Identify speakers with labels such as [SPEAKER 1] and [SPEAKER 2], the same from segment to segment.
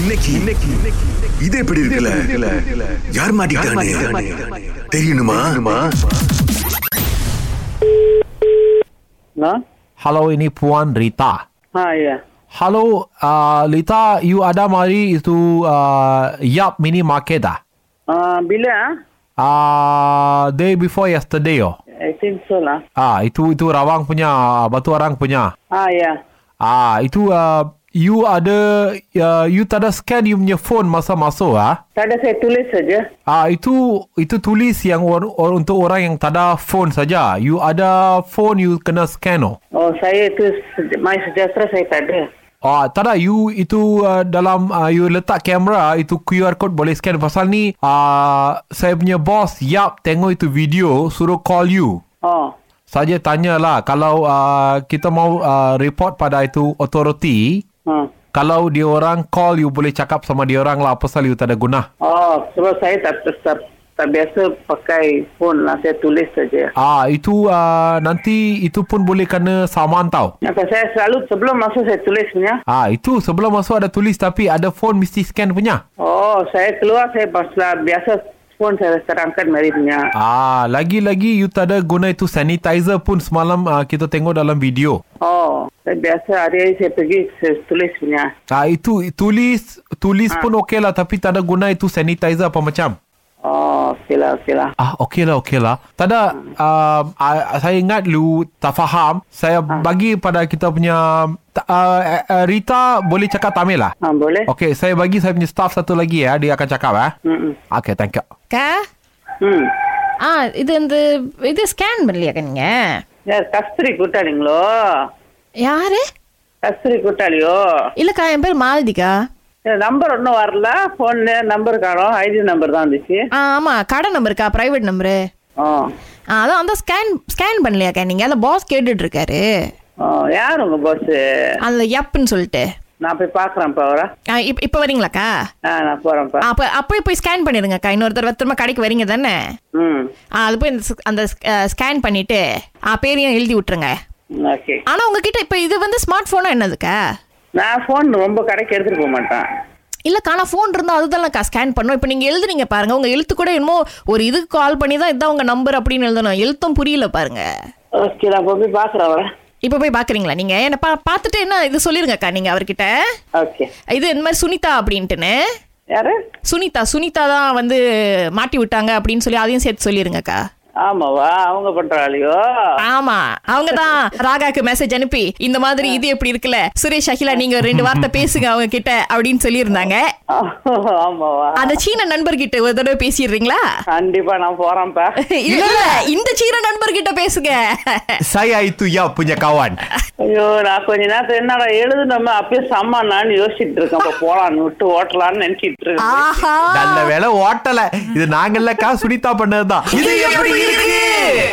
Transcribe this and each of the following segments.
[SPEAKER 1] இன்னைக்கு இன்னைக்கு இன்னைக்கு- இது எப்படி இருக்குல்ல யார் மாட்டிக்கிட்டானே தெரியணுமா
[SPEAKER 2] Nah,
[SPEAKER 3] Hello, ini Puan Rita.
[SPEAKER 2] ha ya.
[SPEAKER 3] Hello, uh, Rita, you ada mari itu uh, Yap Mini Market ah?
[SPEAKER 2] Uh, bila ah?
[SPEAKER 3] Uh, day before yesterday oh.
[SPEAKER 2] I think so lah.
[SPEAKER 3] Ah, itu itu Rawang punya, ah, Batu Arang punya.
[SPEAKER 2] Ha ya.
[SPEAKER 3] Ah, itu uh, you ada uh, you tak ada scan you punya phone masa masuk ah.
[SPEAKER 2] Tak ada saya tulis saja.
[SPEAKER 3] Ah, itu itu tulis yang or, or, untuk orang yang tak ada phone saja. You ada phone you kena scan oh.
[SPEAKER 2] Oh, saya itu se- My Sejahtera saya tak ada.
[SPEAKER 3] Ah, tak ada you itu uh, dalam uh, you letak kamera itu QR code boleh scan pasal ni uh, saya punya boss Yap tengok itu video suruh call you.
[SPEAKER 2] Oh,
[SPEAKER 3] Saja tanyalah kalau uh, kita mau uh, report pada itu authority
[SPEAKER 2] ha.
[SPEAKER 3] kalau dia orang call you boleh cakap sama dia orang lah pasal you tak ada guna.
[SPEAKER 2] Oh, sebab saya tak, tak, tak, tak biasa pakai phone lah. Saya tulis saja.
[SPEAKER 3] Ah itu uh, nanti itu pun boleh kena saman tau.
[SPEAKER 2] Maka saya selalu sebelum masuk saya tulis punya.
[SPEAKER 3] Ah itu sebelum masuk ada tulis tapi ada phone mesti scan punya.
[SPEAKER 2] Oh, saya keluar saya pasal biasa phone saya terangkan mari punya.
[SPEAKER 3] Ah lagi-lagi you tak ada guna itu sanitizer pun semalam uh, kita tengok dalam video.
[SPEAKER 2] Oh, saya biasa hari-hari saya pergi saya tulis punya.
[SPEAKER 3] Ah itu tulis tulis pun okey lah tapi tak ada guna itu sanitizer apa macam.
[SPEAKER 2] Oh, okey lah, okey lah.
[SPEAKER 3] Ah okey lah okey lah. Tak ada um, ah, saya ingat lu tak faham. Saya bagi pada kita punya ta- ah, eh, eh, Rita boleh cakap Tamil lah.
[SPEAKER 2] Ha, boleh?
[SPEAKER 3] Okey, saya bagi saya punya staff satu lagi ya, dia akan cakap eh.
[SPEAKER 2] Mm-mm.
[SPEAKER 3] Okay, thank you.
[SPEAKER 4] அக்கா
[SPEAKER 2] Hmm.
[SPEAKER 4] ஆ இது இந்த இது ஸ்கேன் பண்ணலையாக்கா நீங்க
[SPEAKER 2] யார் கஸ்தூரி கூட்டாளிங்களோ
[SPEAKER 4] யாரு
[SPEAKER 2] கஸ்தூரி கூட்டாளியோ
[SPEAKER 4] இல்லக்கா என் பேர் மாலதிகா
[SPEAKER 2] நம்பர் ஒன்றும் வரல ஃபோன்ல நம்பர் காணோம் ஐடி நம்பர் தான் இருந்துச்சு
[SPEAKER 4] ஆ ஆமா கடை நம்பருக்கா பிரைவேட் நம்பரு
[SPEAKER 2] ஆ
[SPEAKER 4] ஆ அதான் அந்த ஸ்கேன் ஸ்கேன் பண்ணலையாக்கா நீங்க அந்த பாஸ் கேட்டுட்டு இருக்காரு
[SPEAKER 2] ஆ யார் உங்கள் பாஸு
[SPEAKER 4] அந்த யப்புன்னு சொல்லிட்டு
[SPEAKER 2] நான் போய் பார்க்குறேன்ப்பா அவரை
[SPEAKER 4] ஆ இப் இப்போ வரீங்களாக்கா
[SPEAKER 2] ஆ நான் போகிறேன்ப்பா
[SPEAKER 4] அப்போ அப்போ போய் ஸ்கேன் பண்ணிடுங்கக்கா இன்னொரு தடவை திரும்ப கடைக்கு வரீங்க தானே
[SPEAKER 2] ம்
[SPEAKER 4] ஆ அது போய் இந்த ஸ்- அந்த ஸ்கேன் பண்ணிட்டு ஆ பேரையும் எழுதி விட்டுருங்க
[SPEAKER 2] ஓகே
[SPEAKER 4] ஆனால் உங்ககிட்ட இப்போ இது வந்து ஸ்மார்ட் ஃபோனா என்னதுக்கா
[SPEAKER 2] நான் ஃபோன் ரொம்ப கடைக்கு எடுத்துகிட்டு போக மாட்டேன்
[SPEAKER 4] இல்லைக்கா நான் ஃபோன் இருந்தால் அதுதான்க்கா ஸ்கேன் பண்ணும் இப்போ நீங்கள் எழுதுறீங்க பாருங்க உங்கள் எழுத்து கூட என்னமோ ஒரு இதுக்கு கால் பண்ணி தான் இதான் உங்கள் நம்பர் அப்படின்னு எழுதணும் எழுத்தும் புரியல பாருங்க
[SPEAKER 2] ஓகே நான் இப்போ போய் பார்க்குறேன் அவரை
[SPEAKER 4] இப்போ போய் பார்க்குறீங்களா நீங்கள் என்ன பா பார்த்துட்டு என்ன இது சொல்லிருங்கக்கா நீங்கள் அவர்கிட்ட
[SPEAKER 2] ஓகே
[SPEAKER 4] இது இந்த மாதிரி சுனிதா அப்படின்ட்டுன்னு
[SPEAKER 2] யார்
[SPEAKER 4] சுனிதா சுனிதா தான் வந்து மாட்டி விட்டாங்க அப்படின்னு சொல்லி அதையும் சேர்த்து சொல்லிருங்கக்கா
[SPEAKER 2] ஆமாவா அவங்க பண்ணுறாளியோ
[SPEAKER 4] ஆமா அவங்க தான் ராகாக்கு மெசேஜ் அனுப்பி இந்த மாதிரி இது எப்படி இருக்குல்ல சுரேஷ் அகிலா நீங்க ஒரு ரெண்டு வார்த்தை பேசுங்க அவங்க கிட்ட அப்படின்னு சொல்லியிருந்தாங்க
[SPEAKER 2] ஆமாவா
[SPEAKER 4] அந்த சீன நண்பர்கிட்ட ஒரு தடவை பேசிடுறீங்களா
[SPEAKER 2] கண்டிப்பாக நான் போகிறேன்ப்பா
[SPEAKER 4] இல்ல இல்ல, இந்த சீன நண்பர்கிட்ட பேசுங்க
[SPEAKER 3] Saya itu ya punya kawan.
[SPEAKER 2] ஐயோ நான் கொஞ்ச நேரத்துல என்னடா எழுதுனோமே அப்பயே சம்மானான்னு யோசிச்சுட்டு இருக்கேன் அப்ப போலான்னு விட்டு ஓட்டலான்னு நினைச்சிட்டு இருக்கேன்
[SPEAKER 4] ஆஹா
[SPEAKER 3] நல்ல வேலை ஓட்டல. இது நாங்கல்லக்கா சுனிதா பண்ணதுதான். இது எப்படி இருக்கு?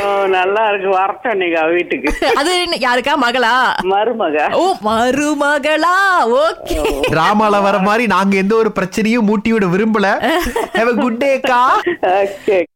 [SPEAKER 2] ஓ, நல்லா இருக்கு வரட்டும் நீங்க அவ வீட்டுக்கு
[SPEAKER 4] அது என்ன, யாருக்கா மகளா
[SPEAKER 2] மருமக
[SPEAKER 4] ஓ மருமகளா ஓகே
[SPEAKER 3] டிராமால வர மாதிரி நாங்க எந்த ஒரு பிரச்சனையும் மூட்டி விட விரும்பல. Have a good day அக்கா.
[SPEAKER 2] ஓகே